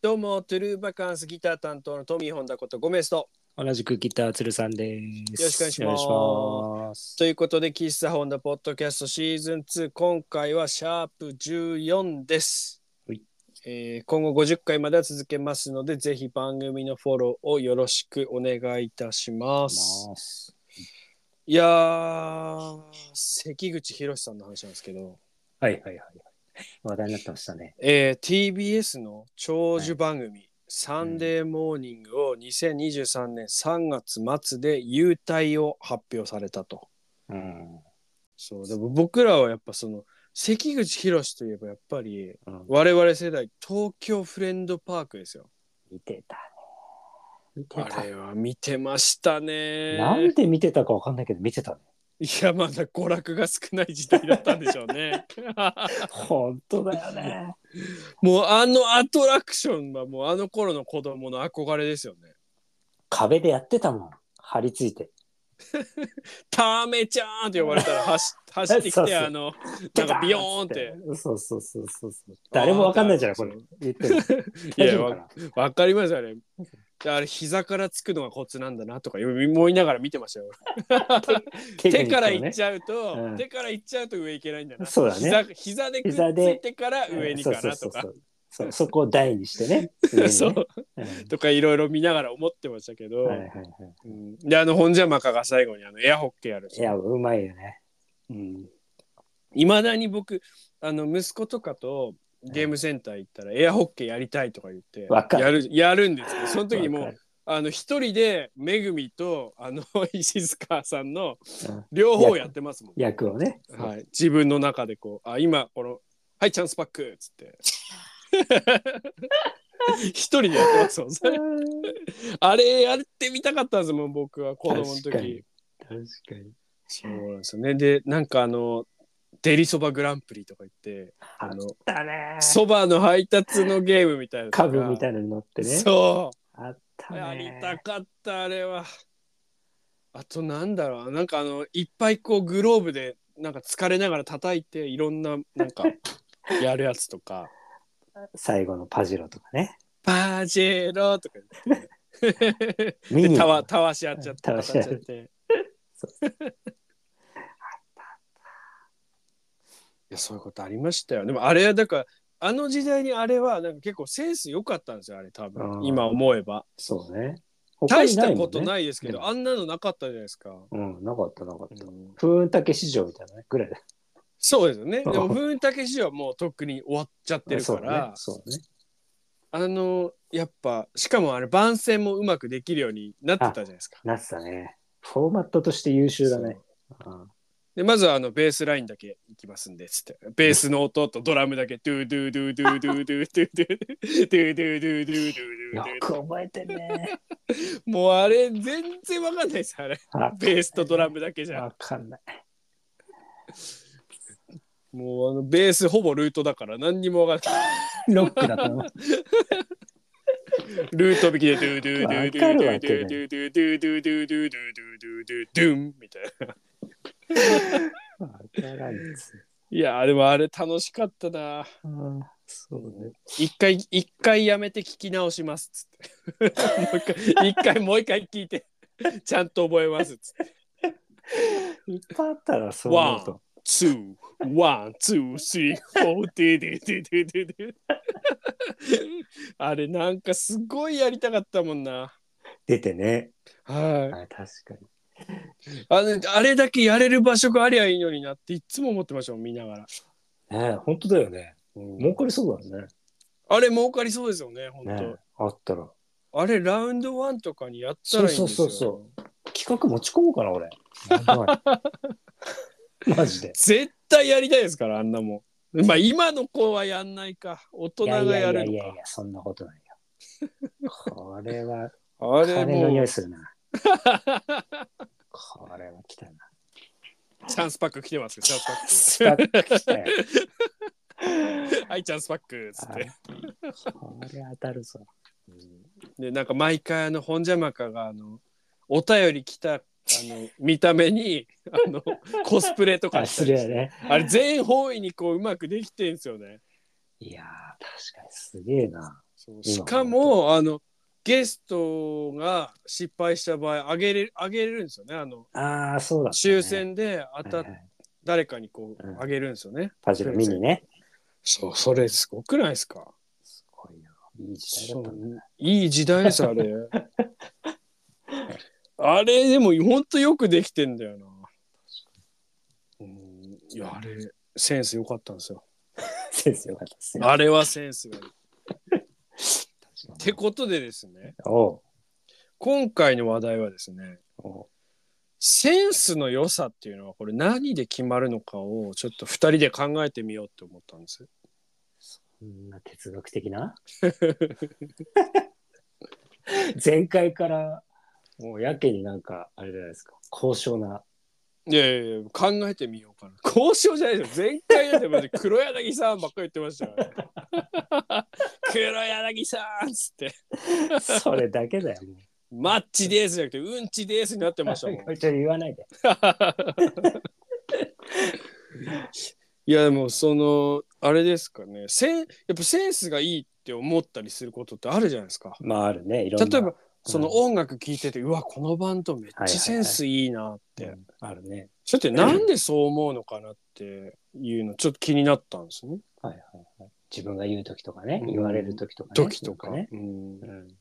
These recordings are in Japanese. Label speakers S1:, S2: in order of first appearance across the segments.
S1: どうも、トゥルーバカンスギター担当のトミー・ホンダことゴメスと。
S2: 同じくギターつるさんです。
S1: よろしくお願いします
S2: よろしくお願いします。
S1: ということで、喫茶ホンダポッドキャストシーズン2、今回はシャープ14です。
S2: はい
S1: えー今後50回までは続けますので、ぜひ番組のフォローをよろしくお願いいたします。
S2: ます
S1: いやー、関口博さんの話なんですけど、
S2: はいはいはいはい。話題になってましたね。
S1: えー TBS の長寿番組、サンデーモーニングを2023年3月末で優退を発表されたと。
S2: うん。
S1: そうでも僕らはやっぱその関口宏といえばやっぱり
S2: うん、
S1: 我々世代東京フレンドパークですよ。
S2: 見てたね。見て
S1: あれは見てました
S2: た。
S1: ね。
S2: なんで見てたかわかんないけど、見てたね。
S1: いやまだ娯楽が少ない時代だったんでしょう ね。
S2: 本当だよね。
S1: もうあのアトラクションはもうあの頃の子供の憧れですよね。
S2: 壁でやってたもん。張り付いて。
S1: ターメちゃんって呼ばれたら 走走ってき
S2: そう
S1: て
S2: そう
S1: あのなんかビヨーンって。。
S2: そうそうそうそうそう。誰もわかんないじゃない、これ。言ってるの。
S1: い
S2: 大
S1: や
S2: 丈夫か
S1: わ
S2: な
S1: わかりますよあれ。あれ膝からつくのがコツなんだなとか思いながら見てま したよ。手からいっちゃうと、
S2: うん
S1: 手からいっちゃうと上いけないんだな。
S2: そうだね
S1: 膝膝でくっつ
S2: 膝で
S1: いてから上にかなとか
S2: そ。うそうそうそうそう そこを台にしてね。
S1: そ
S2: 上にね
S1: うとかいろいろ見ながら思ってましたけど、
S2: うんはいはいはい。
S1: うんであの本邪魔かが最後にあのエアホッケーやる
S2: いや、うまいよね。
S1: いま、未だに僕あの息子とかとゲームセンター行ったらエアホッケーやりたいとか言って
S2: わかる
S1: やるやるんですけどその時にも
S2: わか
S1: う
S2: る
S1: あの一人でめぐみとあの石塚さんの
S2: うん
S1: 両方やってますもん
S2: 役をね。
S1: はい、自分の中でこう「あ今このはいチャンスパック」っつって 一人でやってますもん それあれやってみたかったんですもん僕は子供の
S2: 確かに
S1: 時
S2: 確かに。
S1: そうなんですよねでなんかあの「デリそばグランプリ」とか言って
S2: あ
S1: あ
S2: っ
S1: の
S2: たね。
S1: そばの配達のゲームみたいな
S2: 株みた
S1: い
S2: いなの乗ってね。
S1: そう
S2: あったね。
S1: やりたかったあれはあとなんだろうなんかあのいっぱいこうグローブでなんか疲れながら叩いていろんななん かやるやつとか
S2: 最後のパジロとかね。
S1: 「パジェロ」とか言って
S2: ミニ
S1: で
S2: の
S1: たわたわし合っちゃって
S2: たわし合う
S1: 叩いちゃって いやそういうことありましたよでもあれはだからあの時代にあれはなんか結構センス良かったんですよあれ多
S2: う
S1: 分
S2: ん
S1: 今思えば
S2: そうね。
S1: 大したこと
S2: い。
S1: ないですけどあんなのなかったじゃないですか。
S2: うん、なかったなかった。
S1: うん
S2: 風雲竹市場みたいなねぐらいだっ
S1: そうですよね。で
S2: うん
S1: も、文武市はもうとっくに終わっちゃってるから、
S2: そうね。
S1: あの、やっぱ、しかもあれ、番宣もうまくできるようになってたじゃないですか。
S2: なってたね。フォーマットとして優秀だね。うん
S1: で、まずはあの、ベースラインだけいきますんで、つって、ベースの音とドラムだけ、ドゥドゥドゥドゥドゥドゥドゥドゥドゥドゥドゥドゥドゥドゥド
S2: よ
S1: ゥ
S2: く覚えてるね。
S1: もうあれ、全然わかんない です、あれ。
S2: あ
S1: ベースとドラムだけじゃ。
S2: わかんない。
S1: もう、あの、ベースほぼルートだから、何にもわかんない。
S2: ロックだと思う。
S1: ルート引きで、ドゥドゥドゥドゥドゥドゥドゥドゥドゥドゥドゥドゥドゥドゥドゥドゥンみたいな。
S2: わからんです。
S1: いやーでもあれ楽しかったな
S2: うんそうね。
S1: 一回一回やめて聞き直しますっつってもう一回一回もう一回聞いてちゃんと覚えますっつって
S2: いっぱいあったらそう思うと。
S1: 2 1 2 3 4でででででであれなんかすごいやりたかったもんな
S2: 出てね。
S1: は
S2: あ確かに。
S1: いあのあれだけやれる場所がありゃいいのになっていつも思ってましたもん見ながら、
S2: ねえ本当だよね。儲かりそうだね。
S1: あれ儲かりそうですよね本当、
S2: ねえあったら。
S1: あれラウンド1とかにやった
S2: そ
S1: ら
S2: う
S1: いいんです
S2: そ
S1: よ
S2: うそうそう。企画持ち込もうかな、俺。やばいマジで。
S1: 絶対やりたいですからあんなもんまあ今の子はやんないか大人
S2: いやい
S1: がや
S2: やい
S1: る
S2: やい
S1: の
S2: や
S1: か
S2: いや、そんなことないよ。これは、
S1: あれ
S2: 金の
S1: も
S2: 匂
S1: う
S2: いするな。これは来たな。
S1: チャンスパック来てますよチャンス
S2: ス
S1: パ
S2: パ
S1: ッ
S2: ック来たよ。
S1: ク はいチャンスパックっつって
S2: あこれ当たるぞ。
S1: でなんか毎回あの本邪魔かがあのお便り来たあの見た目にあのコスプレとか
S2: あ、
S1: した
S2: す
S1: り
S2: る
S1: し
S2: よ
S1: て
S2: ね。
S1: あれ全方位にこううまくできてんすよね
S2: いやー、確かにすげえな。
S1: そうそうしかもあのゲストが失敗した場合あげれあげれるんですよねあの
S2: ああ、そうだ、ね。
S1: 抽選で当た
S2: は
S1: っ
S2: いはい
S1: 誰かにこ
S2: うん
S1: うあげるんですよね。
S2: パジロミニね。
S1: そうそれすごくないですか
S2: すごいよ。いい時代だったね。
S1: いい時代です あれ。あれでもほんとよくできてんだよな。うんいやあれセンス良かったんですよ。
S2: 先生よかったですね。
S1: あれはセンスがいい。
S2: 確かに
S1: てことでですね
S2: おう
S1: 今回の話題はですね
S2: おう
S1: センスの良さっていうのはこれ何で決まるのかをちょっと2人で考えてみようって思ったんです。
S2: そんな哲学的 な前回からもうやけになんかあれじゃないですか高尚ない
S1: やいやいや考えてみようかな。 交渉じゃないですよ。前回だってマジ黒柳さんばっかり言ってま したよ、ね。黒柳さんっつって。
S2: それだけだよもう
S1: マッチですじゃなくてうんちですになってましたもん。
S2: これちょっと言わないで
S1: いやでもそのあれですかねセンやっぱセンスがいいって思ったりすることってあるじゃないですか。
S2: まああるねいろんな
S1: 例えばその音楽聴いてて、うわこのバンドめっちゃセンスいいなって、
S2: うんあるね
S1: それってなんでそう思うのかなっていうのちょっと気になったんですね。
S2: はいはいはい自分が言う時とかね、
S1: うん
S2: 言われる時とかね
S1: 時とか、
S2: なんね、
S1: うん
S2: う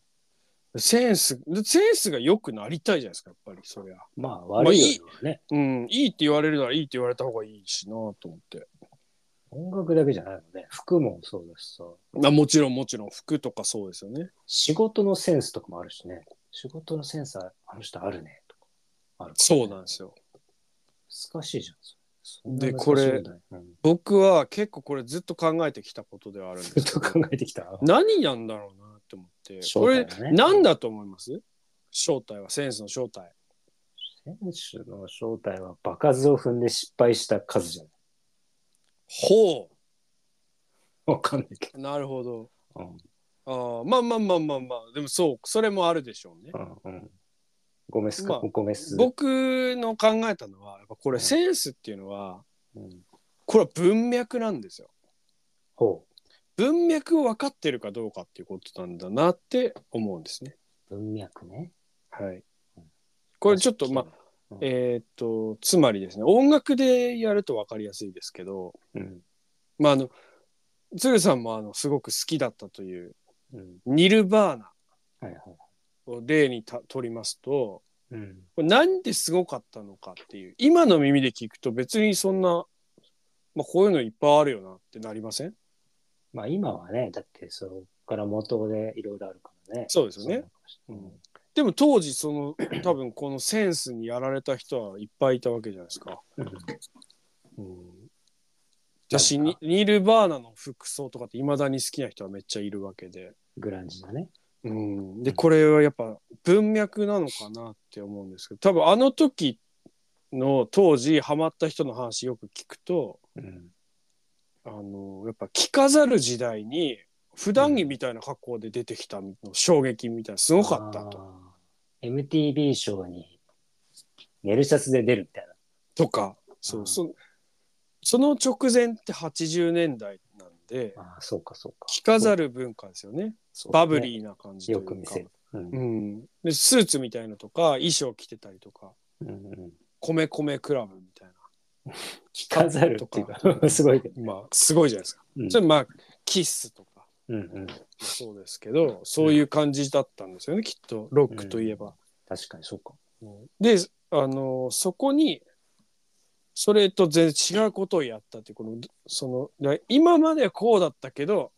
S2: ん、
S1: センスセンスが良くなりたいじゃないですかやっぱりそりゃ、
S2: まあ悪いよりはね、
S1: うん、いいって言われるならいいって言われた方がいいしなと思って、
S2: 音楽だけじゃないのね服もそうだしさ
S1: まあ、もちろんもちろん服とかそうですよね
S2: 仕事のセンスとかもあるしね仕事のセンスはあの人あるねとかあるからね
S1: そうなんですよ
S2: 難しいじゃん。そ
S1: で
S2: そんな難しいんだようん
S1: 僕は結構これずっと考えてきたことではあるんで
S2: ずっ
S1: す
S2: と
S1: けど
S2: 考えてきた。
S1: 何なんだろうなって思って、
S2: 正
S1: こ
S2: 体は
S1: れ
S2: ね
S1: 何だと思います正体はセンスの正体
S2: 選手の正体は場数を踏んで失敗した数じゃない。
S1: ほ
S2: わかんないけ
S1: うなるほど
S2: ど。うん
S1: あーまあまあまあまあまあでもそうそれもあるでしょうね
S2: うんうん、ごめんす
S1: ま
S2: か、
S1: あ
S2: ごめんす。
S1: 僕の考えたのはやっぱこれセンスっていうのは
S2: うん
S1: これは文脈なんですよ
S2: ほ
S1: 文脈を分かってるかどうかっていうことなんだなって思うんですね
S2: う。文脈ね。
S1: はいこれちょっとまあ
S2: うん
S1: えーっとつまりですね音楽でやると分かりやすいですけど
S2: うん。
S1: まああの鶴さんもあのすごく好きだったという
S2: うん。
S1: ニルバーナ
S2: はいはい。
S1: を例にた取りますと
S2: うん。
S1: これなんですごかったのかっていう今の耳で聞くと別にそんな、まあ、こういうのいっぱいあるよなってなりません
S2: まあ今はね、だってそこから元でいろいろあるからね。
S1: そうですよね
S2: そうなのかもしれない。
S1: でも当時その 多分このセンスにやられた人はいっぱいいたわけじゃないですか。うん、私ニニルバーナの服装とかっていまだに好きな人はめっちゃいるわけで。
S2: グランジだね。
S1: うん、でこれはやっぱ文脈なのかなって思うんですけど多分あの時の当時ハマった人の話よく聞くと
S2: うん。
S1: あのやっぱ着飾る時代に普段着みたいな格好で出てきたの衝撃みたいなすごかったと
S2: あー。MTV ショーに寝るシャツで出るみたいな。
S1: とか
S2: う
S1: そ
S2: ん
S1: うそその直前って80年代なんで
S2: ああ、そうか、そうか。
S1: 着飾る文化ですよね
S2: そう
S1: バブリーな感じとい
S2: よ
S1: うか
S2: く見せる。うん
S1: う。ん、でスーツみたいなとか衣装着てたりとか
S2: うんうん
S1: 米米クラブみたいな。
S2: 着飾るって いう か、すごいけど。
S1: まあすごいじゃないですか。
S2: うん
S1: それまあキッスとか
S2: うんうん
S1: そうですけどそういう感じだったんですよねきっとロックといえば。
S2: 確かにそうか。
S1: であのそこにそれと全然違うことをやったっていうこのそのだ今まではこうだったけど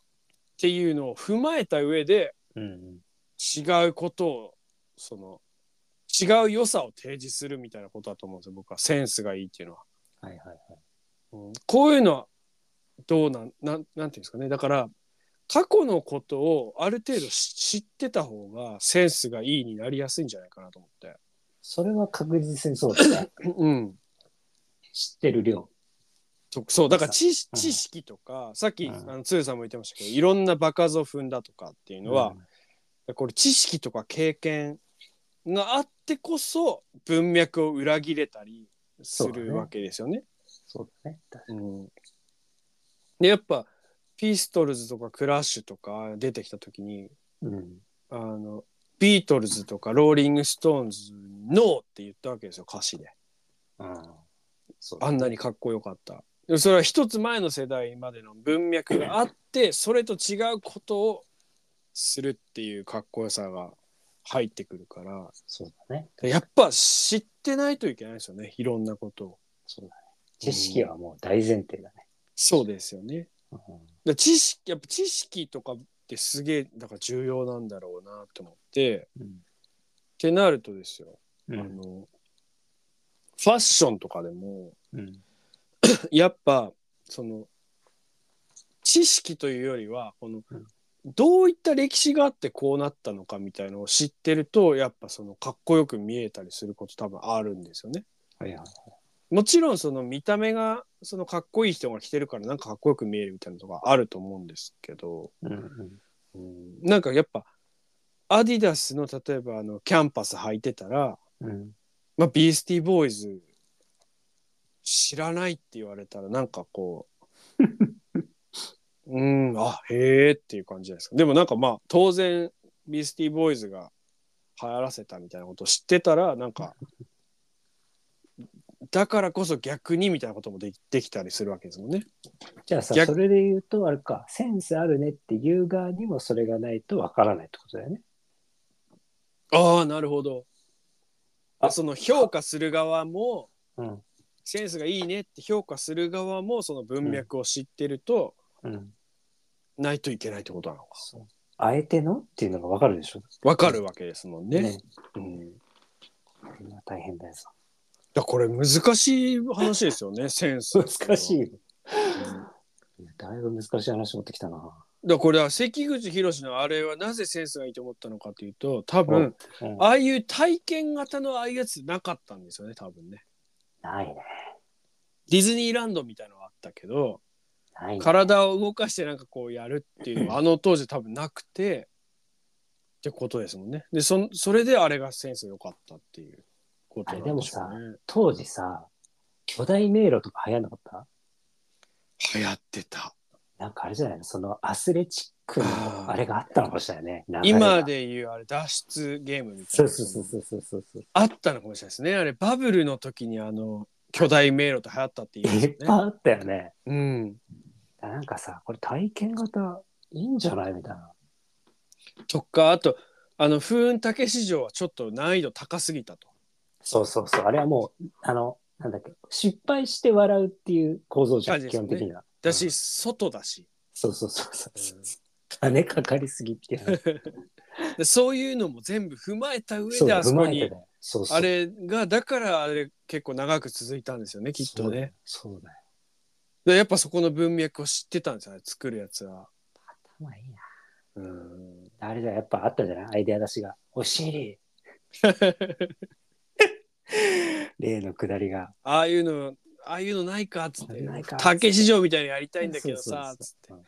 S1: っていうのを踏まえた上で
S2: うんうん。
S1: 違うことをその違う良さを提示するみたいなことだと思うんですよ僕はセンスがいいっていうのは。
S2: はいはいはい。
S1: うんこういうのはどうなんなんなんていうんですかねだから過去のことをある程度し知ってた方がセンスがいいになりやすいんじゃないかなと思って。
S2: それは確実にそうで すね。
S1: うん、
S2: 知ってる量。
S1: とそうだから知
S2: うん
S1: 知識とかさっき
S2: うん
S1: あの鶴さんも言ってましたけどいろんな場数を踏んだとかっていうのは、これ知識とか経験があってこそ文脈を裏切れたりす
S2: そうだね
S1: るわけですよね。
S2: そうだね。
S1: うん、でやっぱピストルズとかクラッシュとか出てきた時に
S2: うん。
S1: あのビートルズとかローリング・ストーンズ「ノー」って言ったわけですよ歌詞で
S2: ああ。そう
S1: あんなにかっこよかったでもそれは一つ前の世代までの文脈があってそれと違うことをするっていうかっこよさが入ってくるから
S2: そうだね。
S1: やっぱ知ってないといけないですよねいろんなことを
S2: そうだね。知識はもう大前提だね。
S1: そうですよね
S2: う
S1: だ
S2: ん
S1: から知識やっぱ知識とかってすげえだから重要なんだろうなと思ってってなるとですよ、
S2: う
S1: あ
S2: ん。
S1: のファッションとかでも
S2: うん。
S1: やっぱその知識というよりはこの
S2: うん
S1: どういった歴史があってこうなったのかみたいのを知ってるとやっぱそのかっこよく見えたりすること多分あるんですよね。
S2: はいはい。
S1: もちろんその見た目がそのかっこいい人が着てるからなんかかっこよく見えるみたいなのとかあると思うんですけど、
S2: うんうん。
S1: うんなんかやっぱアディダスの例えばあのキャンパス履いてたら、
S2: うん。
S1: まあ、ビースティーボーイズ知らないって言われたらなんかこ ううんあへえっていう感じじゃないですかでもなんかまあ当然ビースティーボーイズが流行らせたみたいなことを知ってたらなんかだからこそ逆にみたいなこともできできたりするわけですもんね。
S2: じゃあさ、
S1: 逆
S2: それで言うと、あれか、センスあるねって言う側にもそれがないとわからないってことだよね。
S1: ああなるほど。あその評価する側も
S2: うん。
S1: センスがいいねって評価する側もその文脈を知ってると
S2: うん。
S1: ないといけないってことなのか。
S2: そう。あえてのっていうのがわかるでしょ。
S1: わかるわけですもんね。
S2: ね
S1: うん、だか
S2: これは大変だよさ。
S1: らこれ難しい話ですよね センス。
S2: 難しい
S1: うん
S2: よ。いやだいぶ難しい話持ってきたな。
S1: だからこれは関口宏のあれはなぜセンスがいいと思ったのかというと多
S2: う
S1: 分
S2: んうん
S1: ああいう体験型のああいうやつなかったんですよね多分ね。
S2: ないね。
S1: ディズニーランドみたいのはあったけど
S2: ないね。
S1: 体を動かしてなんかこうやるって いうのはあの当時多分なくてってことですもんね。でそんそれであれがセンス良かったっていうことなんでしょう
S2: あ
S1: ね。
S2: 当時さ、巨大迷路とか流行んなかった
S1: 流行ってた。
S2: なんかあれじゃないのそのアスレチック
S1: あー
S2: のあれがあったのかもしれないね。流れが
S1: 今。でいうあれ脱出ゲームみたい
S2: そう
S1: な
S2: そうそうそうそうそうそう。
S1: あったのかもしれないですね。あれバブルの時にあの巨大迷路と流行ったって言い
S2: い
S1: ま
S2: っ
S1: す
S2: ぱ
S1: よ
S2: い
S1: ね。
S2: あったよね。
S1: うん、
S2: なんかさ、これ体験型いいんじゃないみたいな。
S1: とかあとあの風雲竹市場はちょっと難易度高すぎたと。
S2: そうそうそう。あれはもう、あの、なんだっけ、失敗して笑うっていう構造じゃん、
S1: 感じで
S2: 基
S1: すね
S2: 本的には。
S1: だ
S2: う
S1: し
S2: ん
S1: 外だし
S2: そうそうそうそうそう。金かかりすぎっていう。
S1: でそういうのも全部踏まえた上
S2: そう
S1: で
S2: だ、
S1: あそ
S2: 踏
S1: こ
S2: まえて
S1: に
S2: ね。そうそう。
S1: あれがだからあれ結構長く続いたんですよねきっとね。
S2: そうだよ。
S1: でやっぱそこの文脈を知ってたんですよね作るやつは。
S2: 頭いいな。
S1: うん
S2: あれだ、やっぱあったじゃないアイデア出しが。お 尻例のくだりが。
S1: ああいうのああいうのないかっつって
S2: ないか
S1: 竹市場みたいにやりたいんだけど
S2: そうそう
S1: さ
S2: そう
S1: っつって
S2: うん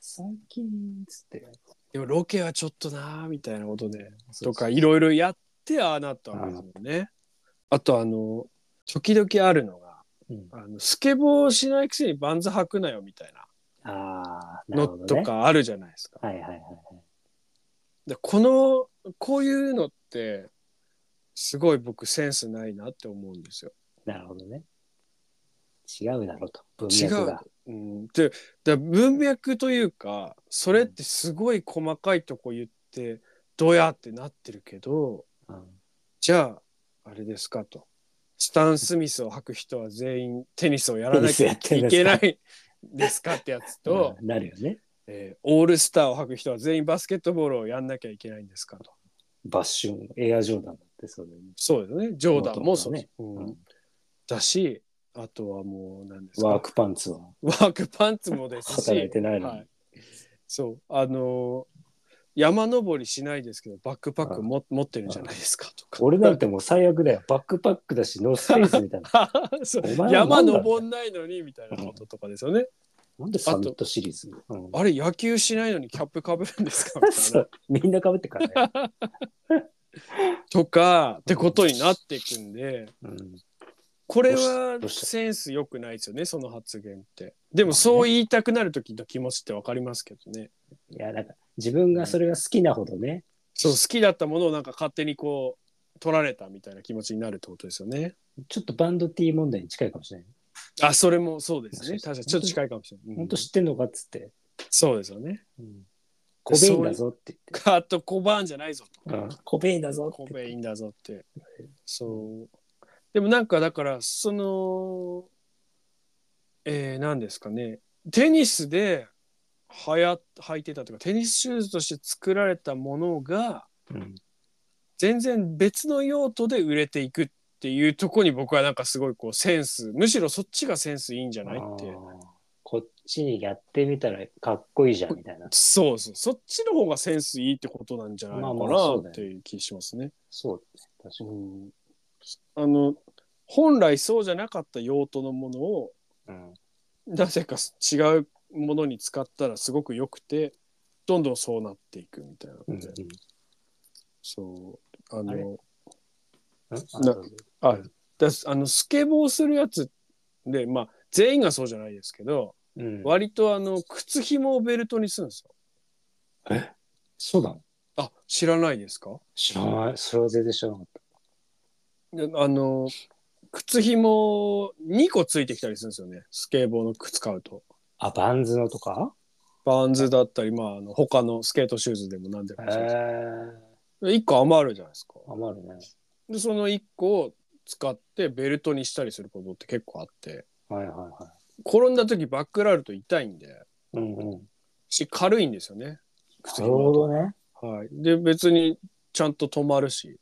S2: 最近っつって。
S1: でもロケはちょっとなーみたいなことで
S2: そうそう
S1: とかいろいろやってああなったわけですもんね。あとあの時々あるのが
S2: うん
S1: あのスケボーしないくせにバンズ履くなよみたい
S2: ああ、
S1: な
S2: な
S1: の
S2: るほど、
S1: と
S2: ね。
S1: かあるじゃないですか。
S2: はいはいはいはい。
S1: でこのこういうのってすごい僕センスないなって思うんですよ。
S2: なるほどね。違うだろうと。文
S1: 違
S2: 脈
S1: う
S2: が。。
S1: うん、でだ文脈というかそれってすごい細かいとこ言ってどやってなってるけど
S2: うん
S1: じゃああれですかとスタン・スミスを履く人は全員テニスをやらなきゃい
S2: テニスやってんですか
S1: けないですかってやつと、
S2: うんなるよね。
S1: えーオールスターを履く人は全員バスケットボールをやんなきゃいけないんですかと
S2: バッシュン、エアジョーダンだってそうだよね。
S1: そうですねジョーダンもそうです、
S2: う
S1: うん
S2: ん
S1: だしあとはもう何ですか
S2: ワークパンツは。
S1: ワークパンツもですし
S2: 働いてないのに
S1: はい、そうあのー山登りしないですけどバックパックも持ってるんじゃないですかとか
S2: 俺なんてもう最悪だよ。バックパックだし、ノースペースみたいな。
S1: そう
S2: お前は
S1: 山
S2: 何だ
S1: 登んないのにみたいなこととかですよね、
S2: なんでサミットシリーズ、うん
S1: あれ野球しないのにキャップかぶるん ですかみた
S2: そ
S1: いな
S2: うみんなかぶってからね。
S1: とかってことになっていくんで
S2: うん
S1: これは
S2: どうした
S1: センス良くないですよねその発言ってでもそう言いたくなる時の気持ちって分かりますけどね
S2: いや、なんか、自分がそれが好きなほどね、
S1: そう好きだったものをなんか勝手にこう取られたみたいな気持ちになるってことですよね
S2: ちょっとバンド T 問題に近いかもしれない。
S1: あそれもそうですね
S2: そう
S1: 確か
S2: そう
S1: にちょっと近いかもしれない、う
S2: 本
S1: ん
S2: 当、知ってんのかっつって、
S1: そうですよね
S2: うんコベインだぞって
S1: カットコバーンじゃないぞと
S2: 言って。うんコベインだぞ
S1: コ
S2: って
S1: ベインだぞってそうでもなんかだからそのえー、何ですかねテニスではや履いてたというかテニスシューズとして作られたものが
S2: うん
S1: 全然別の用途で売れていくっていうとこに僕はなんかすごいこうセンスむしろそっちがセンスいいんじゃないって
S2: あーこっちにやってみたらかっこいいじゃんみたいな。
S1: そうそうそっちの方がセンスいいってことなんじゃないの
S2: まあまあそ
S1: か
S2: うだ
S1: な
S2: よ
S1: っていう気しますね。
S2: そうですね。確か
S1: あの本来そうじゃなかった用途のものを
S2: に。うん
S1: なぜか違うものに使ったらすごく良くてどんどんそうなっていくみたいな
S2: う
S1: の
S2: ん
S1: で、そうあ
S2: あれ
S1: の
S2: うん
S1: なあだあのスケボーするやつでまあ全員がそうじゃないですけど、
S2: うん
S1: 割とあの靴紐をベルトにするんですよ。
S2: そうだ。
S1: あ知らないですか
S2: 知らない。それは全然知らなかっ
S1: であの靴紐2個ついてきたりするんですよねスケボーの靴買うと。
S2: た。あ、バンズのとか
S1: バーンズだったり、まあ、あの他のスケートシューズでも何で
S2: へ
S1: も
S2: え
S1: そうですで1個余るじゃないですか。
S2: 余るね。
S1: でその1個を使ってベルトにしたりすることって結構あって
S2: はいはいは
S1: 転んだ時バックラールと痛いんで
S2: い。うんうん。
S1: し軽いんですよね靴
S2: なるほ
S1: 紐
S2: どね。
S1: だとはい、で別にちゃんと止まるし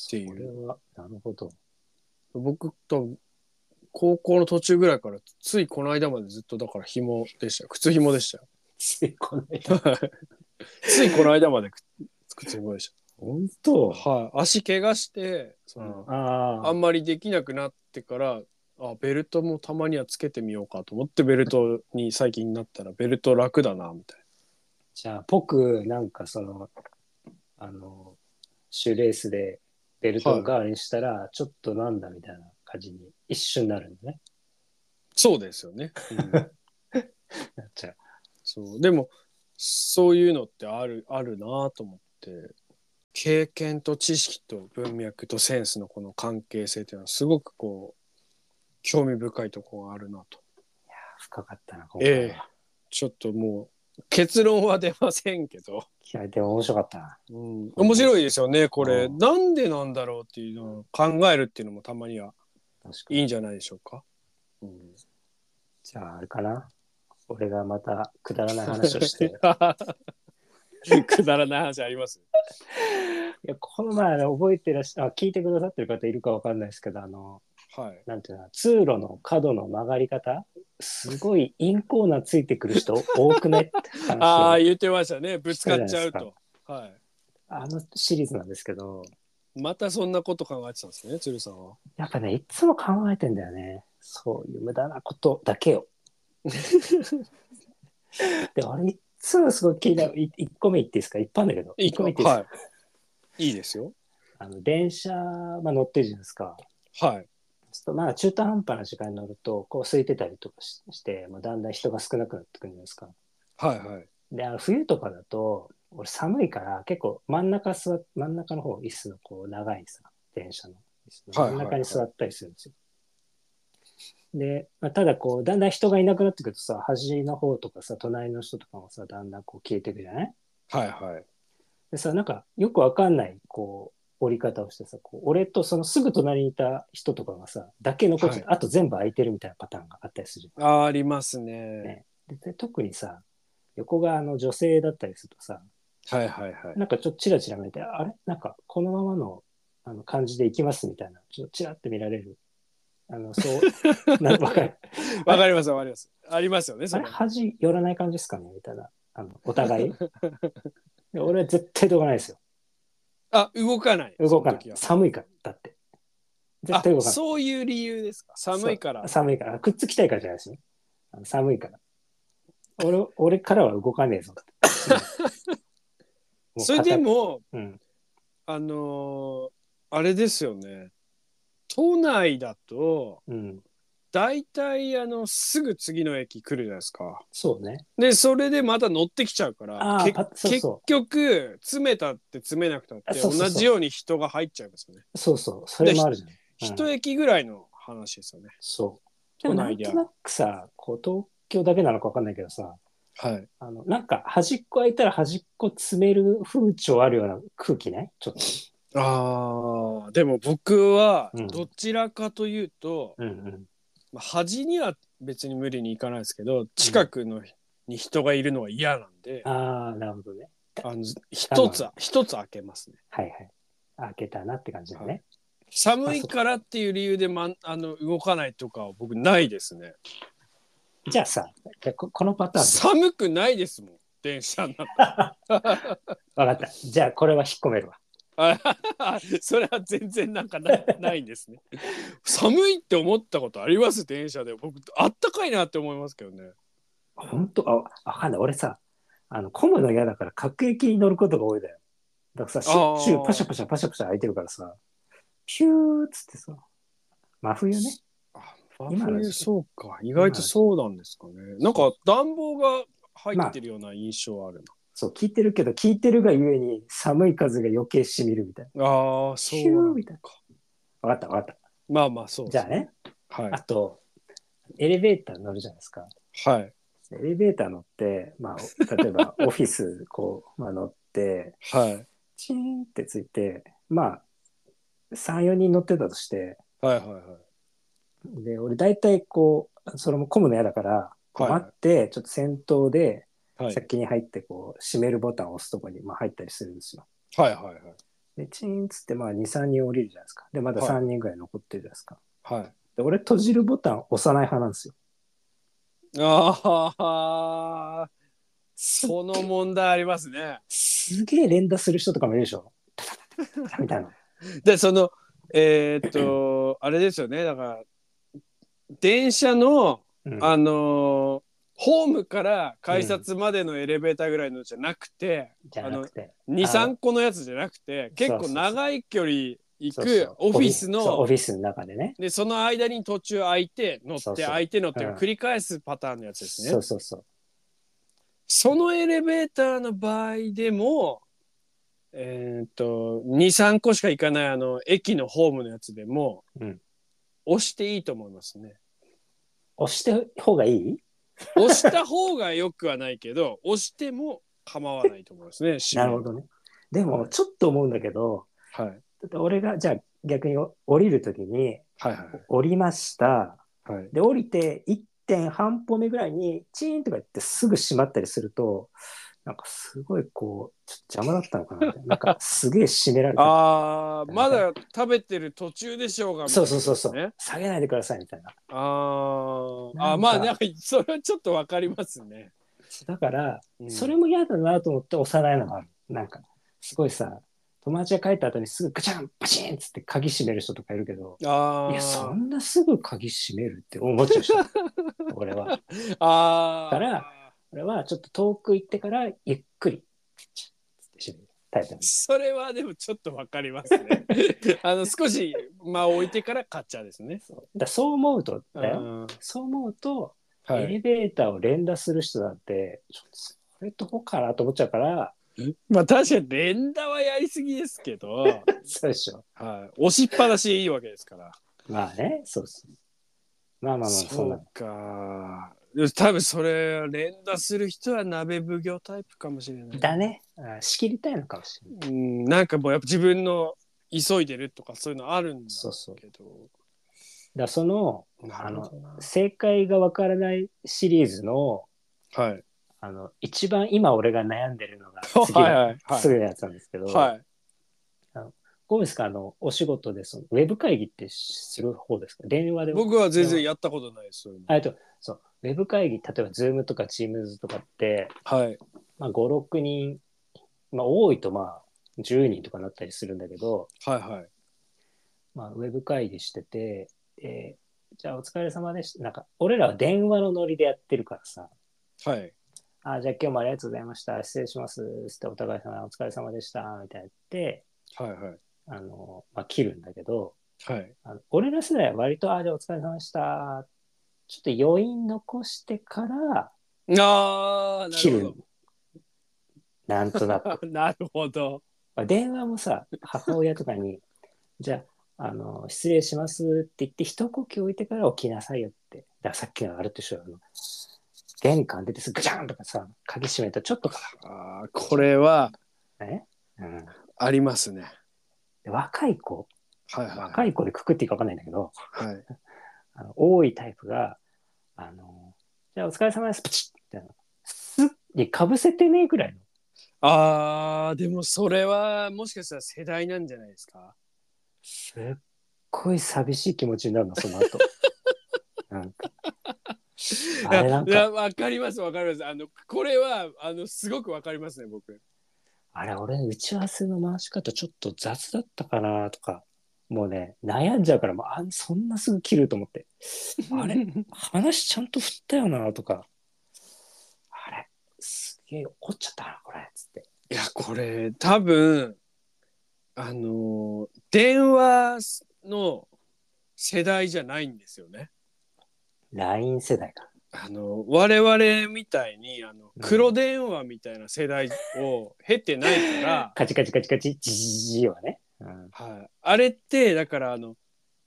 S1: ってい
S2: これ
S1: う
S2: は、なるほど。
S1: 僕多分高校の途中ぐらいからついこの間までずっとだから紐でしたよ靴紐でしたよ
S2: ついこの間。
S1: ついこの間まで靴紐でし
S2: 本当
S1: たはい足怪我してその、
S2: あ
S1: あんまりできなくなってからあベルトもたまにはつけてみようかと思ってベルトに最近なったらベルト楽だなみたい
S2: じゃあ、僕、なんかその、あの、シューレースでベルトを代わりにしたら、ちょっとなんだみたいな感じに一瞬なるのね。
S1: なそうですよね、 うん
S2: なっちゃう。
S1: そうでもそういうのってあるあるなと思って経験と知識と文脈とセンスのこの関係性っていうのはすごくこう興味深いところがあるなと
S2: 深かったな、今
S1: ええ
S2: は。
S1: ちょっともう結論は出ませんけど、
S2: いや、でも面白かったな。
S1: うん、面白いですよねこれ、
S2: うん
S1: なんでなんだろうっていうのを考えるっていうのもたまには
S2: 確かに。
S1: いいんじゃないでしょうか。うん、
S2: じゃあ、あれかな。俺がまたくだらない話を して。
S1: くだらない話あります。
S2: いや、この前、あの覚えてらっしゃ、あ、聞いてくださってる方いるかわかんないですけど、あの、
S1: はい。
S2: なんていうのかな、通路の角の曲がり方、すごいインコーナーついてくる人多 くねって話
S1: ああ
S2: を
S1: 言ってましたね。ぶつかっちゃうと。は
S2: あのシリーズなんですけど、
S1: い。またそんなこと考えてたんですね、鶴さんは。
S2: やっぱね、いつも考えてんだよね。そういう無駄なこと だけを。で、俺、いつもすごい気になる。1個目言っていいですか一般だけど。一個目言っていいですか、
S1: はい。いいですよ。
S2: あの電車、まあ、乗ってるじゃないですか。
S1: はい。
S2: ちょっとまあ中途半端な時間に乗ると、こう空いてたりとかしして、もうだんだん人が少なくなってくるんですか。
S1: はいはい。
S2: で、あの冬とかだと、俺寒いから結構真ん中座っ、真ん中の方、椅子のこう長いさ、電車の椅子の
S1: はい
S2: 真ん
S1: はいはい
S2: 中に座ったりするんですよ。で、まあ、ただこう、だんだん人がいなくなってくるとさ、端の方とかさ、隣の人とかもさ、だんだんこう消えてくじゃない
S1: はいはい。
S2: でさ、なんかよくわかんない、こう、折り方をしてさ、こう俺とそのすぐ隣にいた人とかがさ、だけ残って、
S1: はい
S2: あと全部空いてるみたいなパターンがあったりする。
S1: あありますね。
S2: でで特にさ、横があの女性だったりするとさ、
S1: はいはいはい。
S2: なんかちょっとチラチラ見て、あれなんかこのままのあの感じでいきますみたいな、ちょっとチラって見られる。あの、 そう、なんかわかる。
S1: わかりますわかります。ありますよね、
S2: あ
S1: そ
S2: れ
S1: れ。
S2: 恥寄らない感じですかねみたいな。あの、お互い。で俺は絶対動かないですよ。
S1: あ動かない。
S2: 動かな
S1: そ
S2: い
S1: の。時
S2: 寒いから、だって。絶対動
S1: はあ
S2: かない。
S1: そういう理由ですか。寒いから。
S2: そう寒いから。くっつきたいからじゃないですね。あの寒いから。俺、俺からは動かねえ ぞって。う
S1: それでも
S2: うん。
S1: あのーあれですよね。都内だと
S2: うん。
S1: 大体あのすぐ次の駅来るじゃないですか。
S2: そうね。
S1: でそれでまた乗ってきちゃうから
S2: あー
S1: け
S2: パそうそう
S1: 結局詰めたって詰めなくたっ
S2: あ
S1: て
S2: そうそうそう
S1: 同じように人が入っちゃいますよね。
S2: そうそう。それもあるじゃん。
S1: 一、
S2: うん
S1: 駅ぐらいの話ですよね。
S2: そう。でも
S1: 都
S2: な
S1: 内
S2: ん
S1: では
S2: となくさ、こう東京だけなのかわかんないけどさ、
S1: はい。
S2: あの、なんか端っこ空いたら端っこ詰める風潮あるような空気ね。ちょっと。
S1: あーでも僕は
S2: うん
S1: どちらかというと、
S2: うんうん。
S1: まあ、端には別に無理に行かないですけど近くの、に人がいるのは嫌なんで
S2: ああ、なるほどね。
S1: あの一つ一つ開けますね。
S2: はいはい。開けたなって感じだね。
S1: 寒いからっていう理由で、まん、あの動かないとかは僕ないですね。
S2: じゃあさ、じゃあここのパターンで
S1: 寒くないですもん電車の
S2: わかった。じゃあこれは引っ込めるわ。
S1: 中。 それは全然なんかな ないんですね。寒いって思ったことあります電車で僕あったかいなって思いますけどね。
S2: 本当あ、わかんない。俺さ、あの、混むの嫌だから、各駅に乗ることが多いだよ。だからさ、しょっちゅ
S1: あ
S2: う
S1: ー
S2: パシャパシャパシャパシャ開いてるからさ、ピューっつってさ、真冬ね。
S1: あ
S2: 今の時期
S1: そうか意外とそうなんですかね。なんか暖房が入ってるような印象はある
S2: そう、聞いてるけど、聞いてるがゆえに寒い風が余計しみるみたい
S1: な。ああそ
S2: な。
S1: う
S2: ヒュー
S1: なん
S2: みたいな。わかったわかっ
S1: まあまあそう
S2: た。
S1: で
S2: じ
S1: す
S2: ゃあ。ね、
S1: はい
S2: あと、エレベーター乗るじゃないですか。
S1: はい
S2: エレベーター乗って、まあ、例 えばオフィス、こう、まあ、乗って、
S1: はい
S2: チーンってついて、まあ、3、4人乗ってたとして、
S1: はいはいはい。
S2: で、俺大体こう、それも混むの嫌だから、こう
S1: はい
S2: 待って、ちょっと先頭で、
S1: はい
S2: 先に入って、こう、閉めるボタンを押すとこに、まあ、入ったりするんですよ。
S1: はいはいはい
S2: で、チーンっつって、まあ、2、3人降りるじゃないですか。で、まだ
S1: はい
S2: 3人ぐらい残ってるじゃないですか。
S1: はい。
S2: で、俺、閉じるボタン押さない派なんですよ。
S1: ああ、その問題ありますね。
S2: すげえ連打する人とかもいるでしょ。タタタタタみたいな。
S1: で、その、えーっと、 あれですよね、だから、電車の、
S2: うん
S1: あのーホームから改札までのエレベーターぐらいのじゃなくて、
S2: じゃなくて。
S1: 2、3個のやつじゃなくて、結
S2: そう
S1: 構
S2: そう
S1: 長い距離行
S2: そうそ
S1: く
S2: う
S1: オフィス
S2: そうオ
S1: の、
S2: フィスの中でね。
S1: で、その間に途中空いて、乗
S2: そ
S1: っ
S2: う
S1: て、
S2: そう
S1: 空いて乗って
S2: うん
S1: 繰り返すパターンのやつですね。
S2: そうそうそう。
S1: そのエレベーターの場合でも、えーっと、2、3個しか行かない、あの、駅のホームのやつでも、
S2: うん
S1: 押していいと思いますね。
S2: 押した方がいい
S1: 押した方がよくはないけど、 押しても構わないと思いますね。
S2: なるほどね。でも、ちょっと思うんだけど、
S1: はい。はい
S2: だって俺が、じゃあ逆に降りるときに、
S1: はい
S2: 降りました。
S1: はい。
S2: で、降りて1点半歩目ぐらいに、チーンとか言ってすぐ閉まったりすると、なんかすごいこう、ちょっと邪魔だったのかなみた いな。なんかすげえ閉められてる
S1: あー、まだ食べてる途中でしょうが、
S2: そうそうそうそう、
S1: ね
S2: 下げないでくださいみたいな。
S1: あー
S2: なんか
S1: あ、まあ、なんか、それはちょっとわかりますね。
S2: だから、
S1: うん
S2: それも嫌だなと思って押さないのがある。なんか、すごいさ、友達が帰った後にすぐガチャン、バシーンっつって鍵閉める人とかいるけど、
S1: あー
S2: いや、そんなすぐ鍵閉めるって思っちゃう人、 俺は。
S1: あー。
S2: から俺はちょっと遠く行ってからゆっくり閉めるタイプなんです。
S1: それはでもちょっとわかります ね。あの少し間を置いてから買っちゃうですね。
S2: そうだそう思うと
S1: う
S2: だよ、
S1: ん
S2: そう思うと、
S1: は
S2: エレ
S1: い、
S2: ベーターを連打する人なんてちょっとそれどこかなと思っちゃうから
S1: まあ確かに連打はやりすぎですけど、 はい、
S2: そうでしょ
S1: 押しっぱなしでいいわけですから。
S2: まあねそうそうまあまあまあそ
S1: そ
S2: んな
S1: うか。多分それ連打する人は鍋奉行タイプかもしれない。
S2: だねあ仕切りたいのかもしれない
S1: うん、なんかもうやっぱ自分の急いでるとかそういうのあるんだ
S2: そうそう
S1: けど。
S2: だからその
S1: なるほどな。
S2: 正解がわからないシリーズの
S1: はい。
S2: あの一番今俺が悩んでる のが次の
S1: はいはい
S2: す
S1: は
S2: ぐのやつなんですけど、
S1: い。はい
S2: どうですかあの、お仕事でその、ウェブ会議ってする方ですか電話でも。
S1: 僕は全然やったことないです。そういうの
S2: あえっと、そう、ウェブ会議、例えば、ズームとか Teams とかって、
S1: はい。
S2: まあ、5、6人、まあ、多いと、まあ、10人とかなったりするんだけど、
S1: はいはい。
S2: まあ、ウェブ会議してて、えじゃあ、お疲れ様でした。なんか、俺らは電話のノリでやってるからさ、
S1: はい。
S2: あ、じゃあ今日もありがとうございました。失礼します。つって、お互い様、お疲れ様でした。みたいなやって、
S1: はいはい。
S2: あの、まあ、切るんだけど、
S1: はい。
S2: あの俺ら世代は割と、ああ、じゃあお疲れ様でした。ちょっと余韻残してから、
S1: あー
S2: 切る。なんとなく。
S1: なるほど。
S2: まあ電話もさ、母親とかに、じゃあ、あの、失礼しますって言って、一呼吸置いてから起きなさいよって。だからさっきのあれと一緒だよあの玄関出てすぐじゃんとかさ、鍵閉めたちょっとか
S1: あーこれは
S2: らね。うん
S1: ありますね。
S2: で、若い子、
S1: はいはい。
S2: 若い子でくくっていいか分かんないんだけど、
S1: はい。
S2: あの多いタイプが、あの、じゃあお疲れ様です、プチッみたいな。すっにかぶせてねえぐらいの。
S1: あーでもそれはもしかしたら世代なんじゃないですか。
S2: すっごい寂しい気持ちになるの、その後。 なんか。あれなん
S1: い
S2: か、
S1: やわかりますわかります。あのこれはあのすごくわかりますね僕。
S2: あれ、俺、打ち合わせの回し方ちょっと雑だったかなとか、もうね、悩んじゃうから、もうあんそんなすぐ切ると思って、あれ話ちゃんと振ったよなとか、あれ、すげえ怒っちゃったな、これ、つって。
S1: いやこれ多分あのー電話の世代じゃないんですよね。
S2: LINE 世代か。
S1: あの我々みたいにあの
S2: うん
S1: 黒電話みたいな世代を経てない から、
S2: カチカチカチカチ、ジジジジはね。うん、
S1: はい、あれってだからあの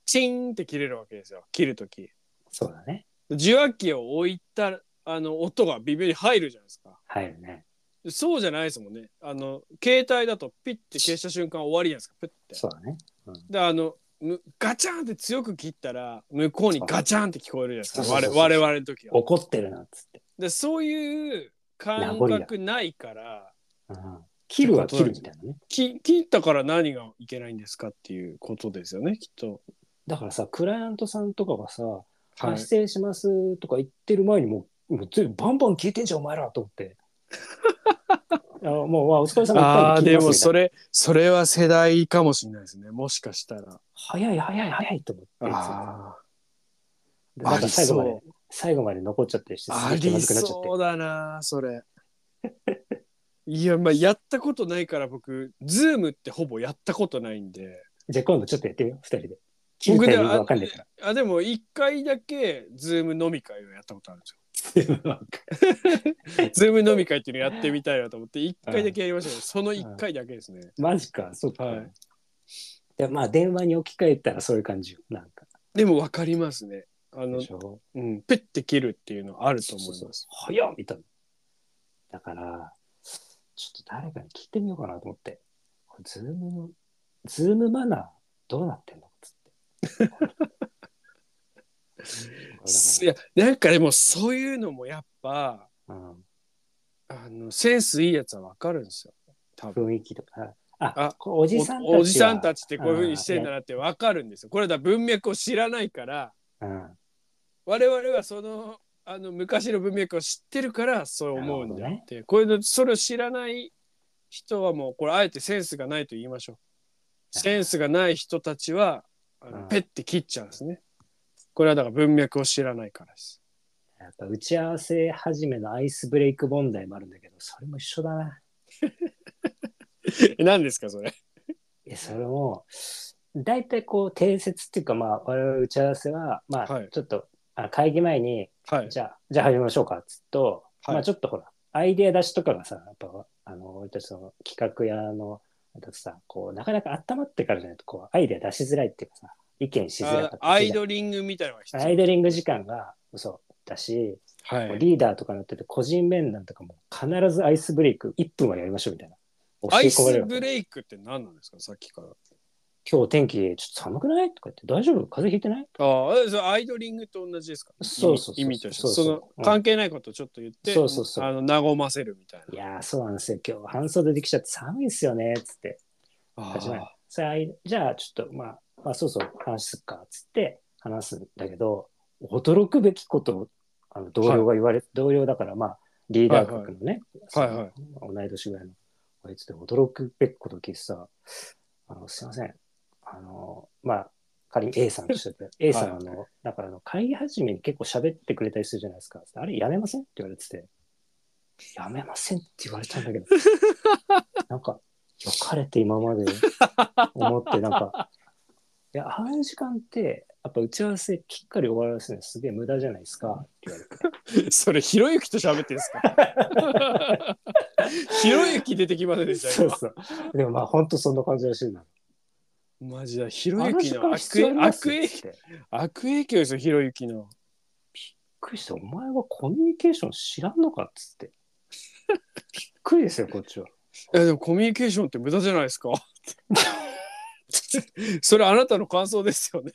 S1: チンって切れるわけですよ切るとき。
S2: そうだね。
S1: 受話器を置いたらあの音が微妙に入るじゃないですか。
S2: 入るね。
S1: そうじゃないですもんね。あの携帯だとピッて消した瞬間終わりじゃないですか。プッて。
S2: そうだね。
S1: であのむガチャンって強く切ったら向こうにガチャンって聞こえるじゃないですか。
S2: そう
S1: 我
S2: そうそうそう
S1: 我々の時は。
S2: 怒ってるな、つって。
S1: でそういう感覚ないから
S2: うん、切るは切るみたいなね。
S1: き切ったから何がいけないんですかっていうことですよねきっと。
S2: だからさ、クライアントさんとかがさ、
S1: はい
S2: 発生しますとか言ってる前にもう、もう全部バンバン消えてんじゃん、お前らと 思って。あもう、まあ、お疲れ様
S1: ああ
S2: いっぱい
S1: で
S2: に消え
S1: も
S2: ます
S1: そ
S2: みたいな
S1: れそれは世代かもしれないですねもしかしたら。
S2: 早い、早い、早いと思って。
S1: あ
S2: で
S1: あ
S2: ま
S1: あ
S2: た
S1: り
S2: 最後まで
S1: そう。、
S2: 最後まで残っちゃったりして、
S1: あ
S2: すげえ気ま
S1: り
S2: ずくなっちゃっ
S1: そうだなそれ いやまあやったことないから僕ズームってほぼやったことないんで
S2: て。じゃあ今度ちょっとやってみよう、二人で。切る
S1: 僕
S2: タイ
S1: で
S2: ミングわかんないから。
S1: あでも一回だけズーム飲み会をやったことあるん ですよズーム飲み会っていうのやってみたいなと思って一回だけやりましたけど、その一回だけですね、
S2: マジか、そっか。
S1: はい
S2: でまあ、電話に置き換えたらそういう感じよ。なんか。
S1: でも分かりますねあの
S2: でし、ょ
S1: うん、ペッて切るっていうのあると思います
S2: 早っみたいな。だから、ちょっと誰かに聞いてみようかなと思って、これズームの、ズームマナーどうなってんのつって。これこれだか
S1: いやなんかでもそういうのもやっぱ
S2: らうん
S1: あのセンスいいやつは分かるんですよ多分
S2: 雰囲気とか。あ、
S1: あ
S2: こうおじさんたちは
S1: おおじさんたちってこういうふうにしてんだなって分かるんですよ。これだ文脈を知らないから
S2: うん
S1: 我々はそのあの昔の文脈を知ってるからそう思うんであ
S2: なる
S1: って、こういうのそれを知らない人はもうこれあえてセンスがないと言いましょう。センスがない人たちはあの
S2: うん
S1: ペッて切っちゃうんですね。これはだから文脈を知らないからです。
S2: やっぱ打ち合わせ始めのアイスブレイク問題もあるんだけど、それも一緒だな。
S1: 何ですかそれ。
S2: いや、それも、大体こう、定説っていうか、まあ、我々打ち合わせは、ま
S1: は
S2: あ
S1: い、
S2: ちょっと、あ会議前に、
S1: はい。
S2: じゃあ、じゃあ始めましょうか、つっと、
S1: はい
S2: まあちょっとほら、アイデア出しとかがさ、やっぱ、あの、俺たちの企画屋の、だとさ、こう、なかなか温まってからじゃないと、こう、アイデア出しづらいっていうかさ、意見しづらか
S1: あ
S2: ったり
S1: ア
S2: する
S1: イ
S2: じゃん
S1: ドリングみたいなのが必
S2: ア
S1: 要。
S2: イドリング時間が、そう、だし、
S1: は
S2: こう
S1: い。
S2: リーダーとかになってて、個人面談とかも、必ずアイスブレイク1分はやりましょうみたいな。
S1: アイ
S2: 教え込まれ
S1: ス
S2: るわけ
S1: ブレイクって何なんですかさっきから。
S2: 今日天気、ちょっと寒くないとか言って、大丈夫風邪ひいてない
S1: ああ、それアイドリングと同じですか、
S2: そうそうそう
S1: 意味意味として
S2: そうそう
S1: そ
S2: うん
S1: の関係ないことをちょっと言って、
S2: そうそうそう
S1: あの和ませるみたい
S2: い
S1: な。
S2: やー、そうなんですよ。今日半袖できちゃって寒いですよね、つって。
S1: あ
S2: 始まる
S1: あ
S2: さあいじゃあちょっと、まあ、まあそうそう話すっかっつって話すんだけど驚くべきことをあの同僚が言われ、同僚だからまあリーダー格のね、
S1: はいはいはいはい
S2: その同い年ぐらいのこいつで驚くべきことを聞いてさあのすいませんあのまあ仮に A さんとして A さんあの、だからあの会議始めに結構喋ってくれたりするじゃないですかあれやめませんって言われててやめませんって言われたんだけ ど なんか良かれって今まで思って、なんか、いや、ああいう時間って、やっぱ打ち合わせきっかり終わらせるのすげえ無駄じゃないですか。って言われ て。
S1: それ、ひろゆきと喋ってんす かひろゆき出てきませんでした
S2: そう
S1: よ。
S2: そう。でもまあ、本当そんな感じらしいな。
S1: マジだ、ひ
S2: あ
S1: ろゆ
S2: の
S1: き
S2: 時間
S1: の悪
S2: 必要あり
S1: 影
S2: ます
S1: 悪
S2: っ
S1: 影
S2: つって。びっ
S1: 悪影響ですよ、ひろゆきの。
S2: くりした。お前はコミュニケーション知らんのかっつって。びっくりですよ、こっちは。
S1: いや、でもコミュニケーションって無駄じゃないですか。 それ、あなたの感想ですよね。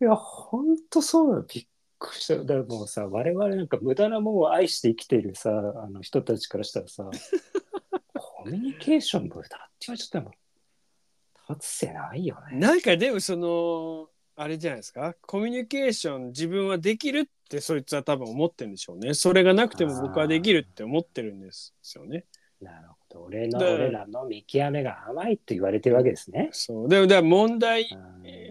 S2: いや、本当そうだよ。びっくりした。だからもうさ、我々なんか無駄なもんを愛して生きているさ、あの人たちからしたらさ、コミュニケーション無駄って言われちゃったもん。立つせないよね。
S1: なんかでもそのあれじゃないですかコミュニケーション自分はできるってそいつは多分思ってるんでしょうねそれがなくても僕はできるって思ってるんですよね
S2: なるほど。俺の、
S1: だ
S2: 俺らの見極めが甘いって言われてるわけですね。
S1: そうでもだから問題
S2: う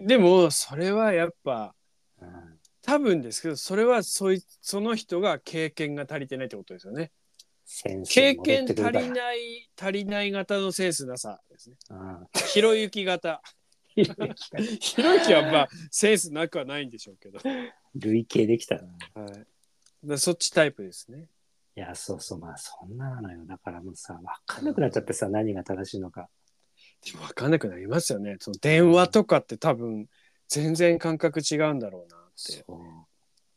S2: ん
S1: でもそれはやっぱ
S2: うん
S1: 多分ですけどそれはそいその人が経験が足りてないってことですよね
S2: 先生
S1: 経
S2: に戻
S1: 験
S2: っ
S1: 足
S2: てくるから
S1: りない足りない型のセンスなさですね
S2: うん
S1: ひろゆき型ひろゆきはまあセンスなくはないんでしょうけど、はい、
S2: 累計できたな。
S1: だからそっちタイプですね
S2: いや、そうそう、まあ、そんななのよ。だからもうさ、わかんなくなっちゃってさ、何が正しいのか。
S1: でも分かんなくなりますよねその電話とかって多分全然感覚違うんだろうなって、
S2: そう。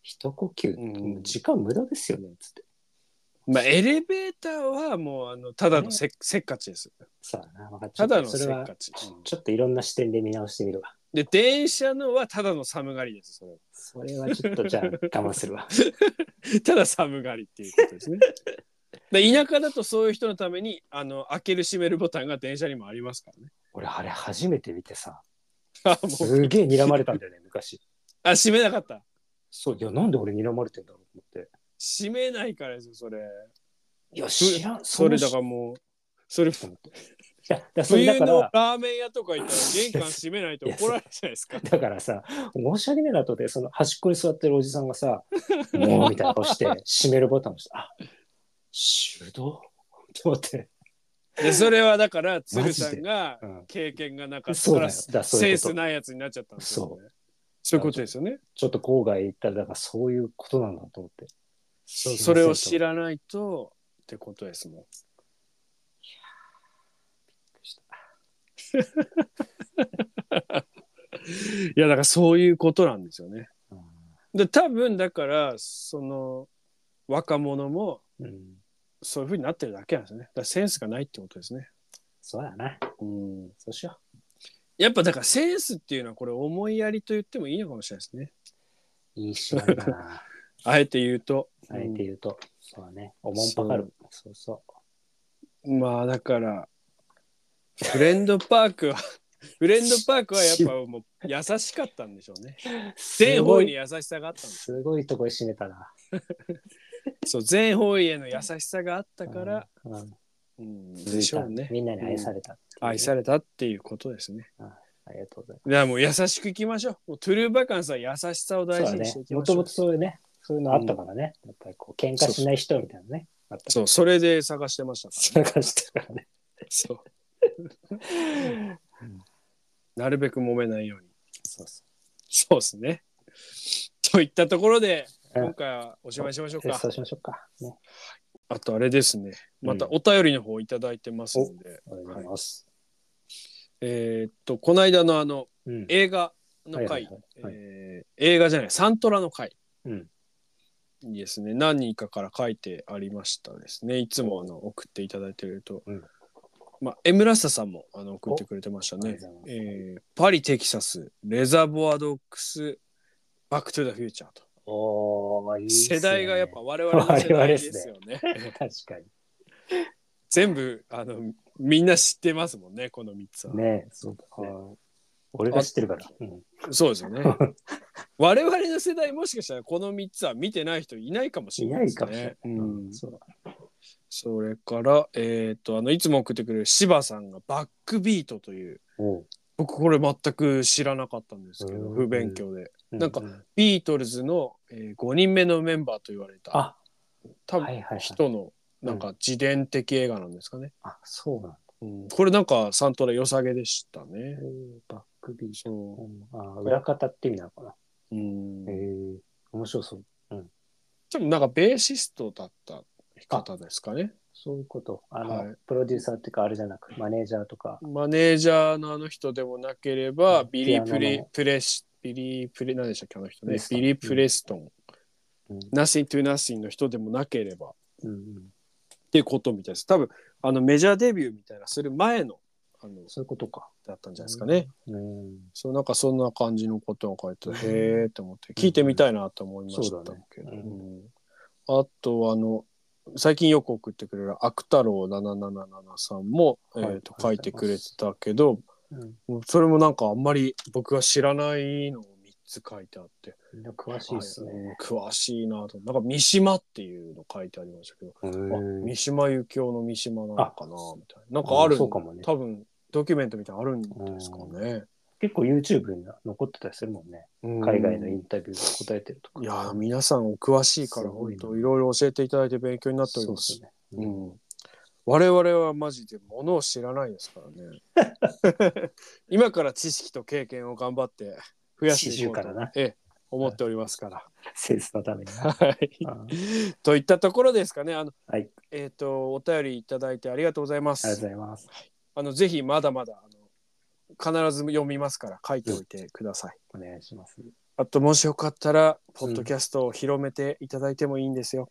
S2: 一呼吸、
S1: うん
S2: 時間無駄ですよね、つって。
S1: まあ、エレベーターはもうあのただのせ,、せっかちです
S2: さあな、分かっ
S1: た
S2: た。
S1: だの
S2: そ
S1: せ
S2: れ
S1: っ
S2: は
S1: か、ち、うん
S2: ちょっといろんな視点で見直してみるわ。
S1: で電車のはただの寒がりですそれは
S2: それはちょっとじゃあ我慢する わ。
S1: ただ寒がりっていうことですねで田舎だとそういう人のためにあの開ける閉めるボタンが電車にもありますからね
S2: 俺、あれ初めて見てさ、
S1: あもう
S2: すげえ睨まれたんだよね、昔。
S1: あ閉めなかった
S2: そう、いや、なんで俺睨まれてんだろうと思って。
S1: 閉めないからですよそれ
S2: いや、知らん、
S1: それだ
S2: の
S1: からもうそれ
S2: と思って。いや、だからそれ
S1: 冬
S2: だか
S1: の
S2: ら
S1: ラ、ーメン屋とか行ったら玄関閉めないと怒られるじゃないですか。
S2: だからさ、申し訳ねえなとで、その端っこに座ってるおじさん がさ、もうみたいな顔して、閉めるボタンを押して、あ、手動と思って。
S1: でそれはだから鶴さんが
S2: うん
S1: 経験がなかった
S2: そう
S1: か
S2: だよ
S1: ら
S2: だそう
S1: セ
S2: いう
S1: ン
S2: こと
S1: スないやつになっちゃったんですよ、ね。
S2: そ
S1: そういうことですよね。
S2: ちょっと郊外行ったら、だからそういうことなんだと思って。
S1: そうそれを知
S2: ら
S1: らないとってことですもん。 いやだからそういうことなんですよね。で多分だからその若者も
S2: うん、
S1: そういうふうになってるだけなんですね。だからセンスがないってことですね。
S2: そうだな。
S1: うん
S2: そうしよ
S1: やっぱだからセンスっていうのはこれ思いやりと言ってもいいのかもしれないですね。
S2: う。いいしない かな。
S1: あえて言うと。
S2: あえて言うと、そうだね。おもんぱかる。そうそ
S1: まあだからフレンドパークは フレンドパークはやっぱもう優しかったんでしょう ね。
S2: う。
S1: 全方位に
S2: す
S1: 優しさがあっ
S2: ごい
S1: たんです。
S2: すごいとこに閉めたな。
S1: そう全方位への優しさがあったから、
S2: うん、うん
S1: うん、
S2: 続
S1: で
S2: い
S1: したょうね。
S2: みんなに愛された、
S1: 愛されたっていうことですね。
S2: ありがとうございます。
S1: だからもう優しくいきましょう。もうトゥルーバカンスは優しさを大
S2: そ
S1: 事
S2: うだ
S1: にし
S2: ね
S1: てい。き
S2: も
S1: まし
S2: と
S1: ょう。
S2: もとそういうね、そういうのあったからね。やっぱりこう、喧嘩しない人みたいなね。あった
S1: そうそれで探してましたから、ね。
S2: そんな感じだからね。
S1: そう。なるべく揉めないように。
S2: そうそ
S1: そうですね。といったところで、
S2: うん
S1: 今回はおしまいしましょう
S2: う。
S1: か
S2: そ。うしましょうか。ね。
S1: あとあれですね。また
S2: うん
S1: お便りの方いただいてますので、
S2: ありがとうございます。
S1: えーっと、この間のあの
S2: うん。
S1: 映画の
S2: はい
S1: 回
S2: はい、はいはい
S1: えー映画じゃない、サントラの回
S2: うん。
S1: にですね。何人かから書いてありましたですね。いつもあの送っていただいてると。
S2: うん
S1: まあ、エムラスタさんもあの送ってくれてました
S2: あり
S1: ね
S2: が。とうござい
S1: えーパリ・テキサス、レザーボアドックス、バック・トゥ・ザ・フューチャーと。
S2: おー、いいっすね
S1: 世代がやっぱ我々の世代ですよね。
S2: 確か
S1: 全部あのみんな知ってますもんね、この3つは。
S2: に。ねそうだね。
S1: は
S2: 俺が知ってるから。うん。
S1: いそうですよ ね。我々の世代もしかしたらこの3つは見てない人いないかもし
S2: い
S1: れな
S2: ないい
S1: です
S2: かもしれな
S1: ね
S2: い。。
S1: うん
S2: そうだ。
S1: それから、えっとあのいつも送ってくれる柴さんがバックビートという
S2: お
S1: 僕これ全く知らなかったんですけど
S2: うん
S1: 不勉強で
S2: う
S1: なんか、ビートルズの、え5人目のメンバーと言われた
S2: あ、
S1: 多
S2: はいはい
S1: 分
S2: はい。
S1: 人のなんか自伝的映画なんですかね。
S2: あ、そうなんだ。
S1: うんこれなんかサントラ良さげでしたね。
S2: おーバック首。
S1: そ
S2: あー裏方って意味なのかな。
S1: う。うん。
S2: へえ面白そう。
S1: でもなんかベーシストだった方ですかね。
S2: そういうこと。あの、
S1: はい
S2: プロデューサーっていうか、あれじゃなく、マネージャーとか。
S1: マネージャーのあの人でもなければ、ビリー・プ
S2: ピアノ
S1: レ
S2: の
S1: プレシ、ビリー・プレ、何でしたっけ、あの人
S2: プ
S1: ね
S2: レス。トン
S1: ビリー・プレストン。
S2: うん。
S1: Nothing to Nothing の人でもなければっ
S2: うんうん、
S1: ていうことみたいです。多分、あのメジャーデビューみたいな、する前の、あの、
S2: そういうことか。
S1: だったんじゃないですかね。
S2: うん。
S1: そう、なんかそんな感じのことを書いてた、へーって思って、聞いてみたいなと思いまし
S2: そう
S1: た
S2: だね
S1: けど。
S2: うん
S1: うんあと、あの、最近よく送ってくれる悪太郎777さんも、
S2: はい
S1: えっ、と、書いてくれてたけど、
S2: うん
S1: もうそれもなんかあんまり僕が知らないのを3つ書いてあって、
S2: みんな詳しいですね。
S1: 詳しいなと。なんか三島っていうの書いてありましたけど、
S2: へ
S1: あ
S2: ー
S1: 三島由紀夫の三島なのかなみたいな。なんかある、
S2: あそうかもね
S1: 多分ドキュメントみたいなのあるんですかね。
S2: 結構 YouTube に残ってたりするもんね。
S1: うん
S2: 海外のインタビューで答えてるとか。
S1: いやー皆さんお詳しいから
S2: すごい
S1: 本
S2: な
S1: 当いろいろ教えていただいて勉強になっております。
S2: そうっす
S1: う
S2: ね。うん
S1: ん、我々はマジでものを知らないですから ね。今から知識と経験を頑張って増やしていこうと
S2: 四十からな
S1: ええ思っておりますから。
S2: センスのために
S1: はい、
S2: な。あーあり
S1: といったところですかね。あの
S2: はい
S1: えっ、とお便りいただいてありがとうございま
S2: がとうご
S1: す。
S2: ざいます。
S1: あのぜひまだまだあの必ず読みますから書いておいてください。
S2: お願いします。
S1: あともしよかったら、ポッドキャストを広めていただいてもいいんですよ。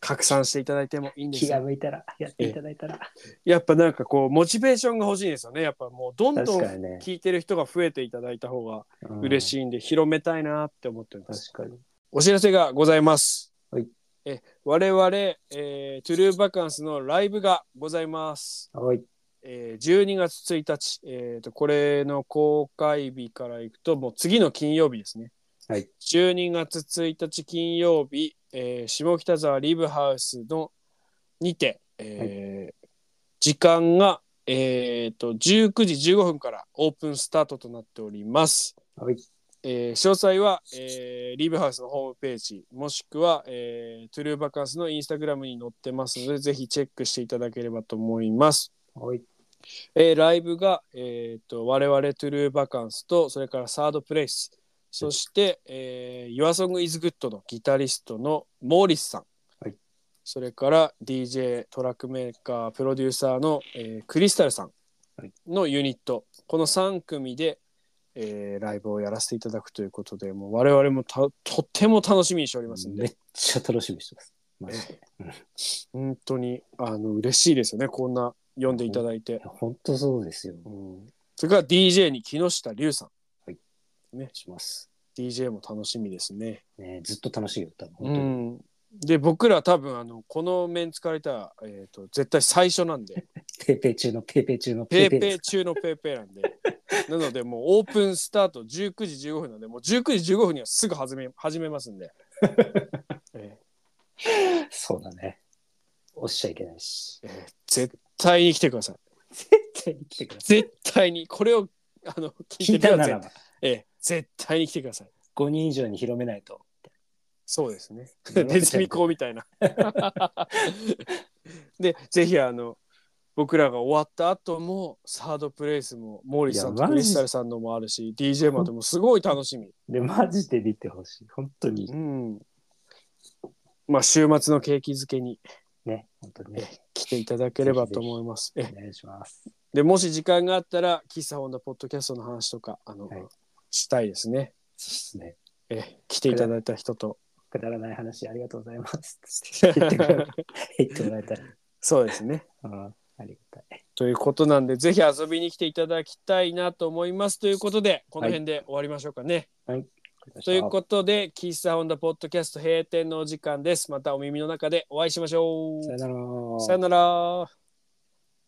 S1: 拡散していただいてもいいんで
S2: 気
S1: す
S2: が
S1: よ。
S2: 向いたら、やっていただいたら。
S1: やっぱなんかこう、モチベーションが欲しいですよね。やっぱもうどんど
S2: 確
S1: ん
S2: かにね。
S1: 聞いてる人が増えていただいた方が嬉
S2: い。
S1: しいんで、広めたいなって思っております。
S2: 確かに。
S1: お知らせがございます。
S2: はい
S1: え我々、えートゥルーバカンスのライブがございます。
S2: はい。
S1: えー12月1日、えー、とこれの公開日からいくともう次の金曜日ですね、
S2: はい、
S1: 12月1日金曜日、えー下北沢リブハウスのにて、えー時間が、えー、と19時15分からオープンスタートとなっております、
S2: はい。
S1: えー詳細は、えーリブハウスのホームページもしくは、えートゥルーバカンスのインスタグラムに載ってますのでぜひチェックしていただければと思います
S2: はい。
S1: えーライブが、えー、と我々トゥルーバカンスとそれからサードプレイスそして、えー、YourSongIsGood のギタリストのモーリスさん、
S2: はい
S1: それから DJ トラックメーカープロデューサーの、えークリスタルさん
S2: はい
S1: のユニット、この3組で、えーライブをやらせていただくということでもう我々もたとっても楽しみにしておりますんで
S2: めっちゃ楽しみにしてます。マジで。い
S1: 本当にあの嬉しいですよねこんな読んでいただいて
S2: や、本当そうですよ。お
S1: うんそれから DJ に木下龍さん
S2: 願いします。
S1: DJ も楽しみですね。
S2: ね、ずっと楽しいよ、多分。
S1: う
S2: 本当に。
S1: ん、で僕ら多分あのこの面使われたら、えー、と絶対最初なんで
S2: ペーペー中のペーペー中の
S1: ペ
S2: ペーペ
S1: ーペ
S2: ーです
S1: ー中のペーペーなん でなのでもうオープンスタート19時15分なんでもう19時15分にはすぐ始め始めますんで、え
S2: そうだね。おっしちゃいけないし。
S1: ーえー絶対に来てください
S2: 絶対に来てくださ
S1: 絶対にこれをあの
S2: い。
S1: 聞
S2: 聞
S1: い
S2: い
S1: て
S2: た
S1: る
S2: な
S1: 方
S2: ら
S1: は、
S2: ば、
S1: えー絶対に来てください
S2: 5人以上に広めないと。
S1: そうですね。
S2: う ん
S1: ネズミ講みたいな。で、ぜひあの、僕らが終わった後も、サードプレイスも、モーリーさん
S2: い
S1: と
S2: やマジ
S1: クリスタルさんのもあるし、DJ までもすごい楽しみ。
S2: で、マジで見てほしい。本当に
S1: う。ん。まあ、週末の景気づけに
S2: ね、本当にね。
S1: 来ていただければと思います。え
S2: お願いします。
S1: で、もし時間があったら、喫茶ホンダポッドキャストの話とか、あの、
S2: はい
S1: したいですね。
S2: そうですね。
S1: え、来ていただいた人と。
S2: くだらない話ありがとうござい ます。言ってくれ言ってもらえたら。
S1: そうですね。
S2: うん、ありがたい。
S1: ということなんで、ぜひ遊びに来ていただきたいなと思います。ということで、この辺で終わりましょうかね。ということで、喫茶ホンダポッドキャスト閉店のお時間です。またお耳の中でお会いしましょ
S2: さ
S1: う。
S2: よなら
S1: さよなら。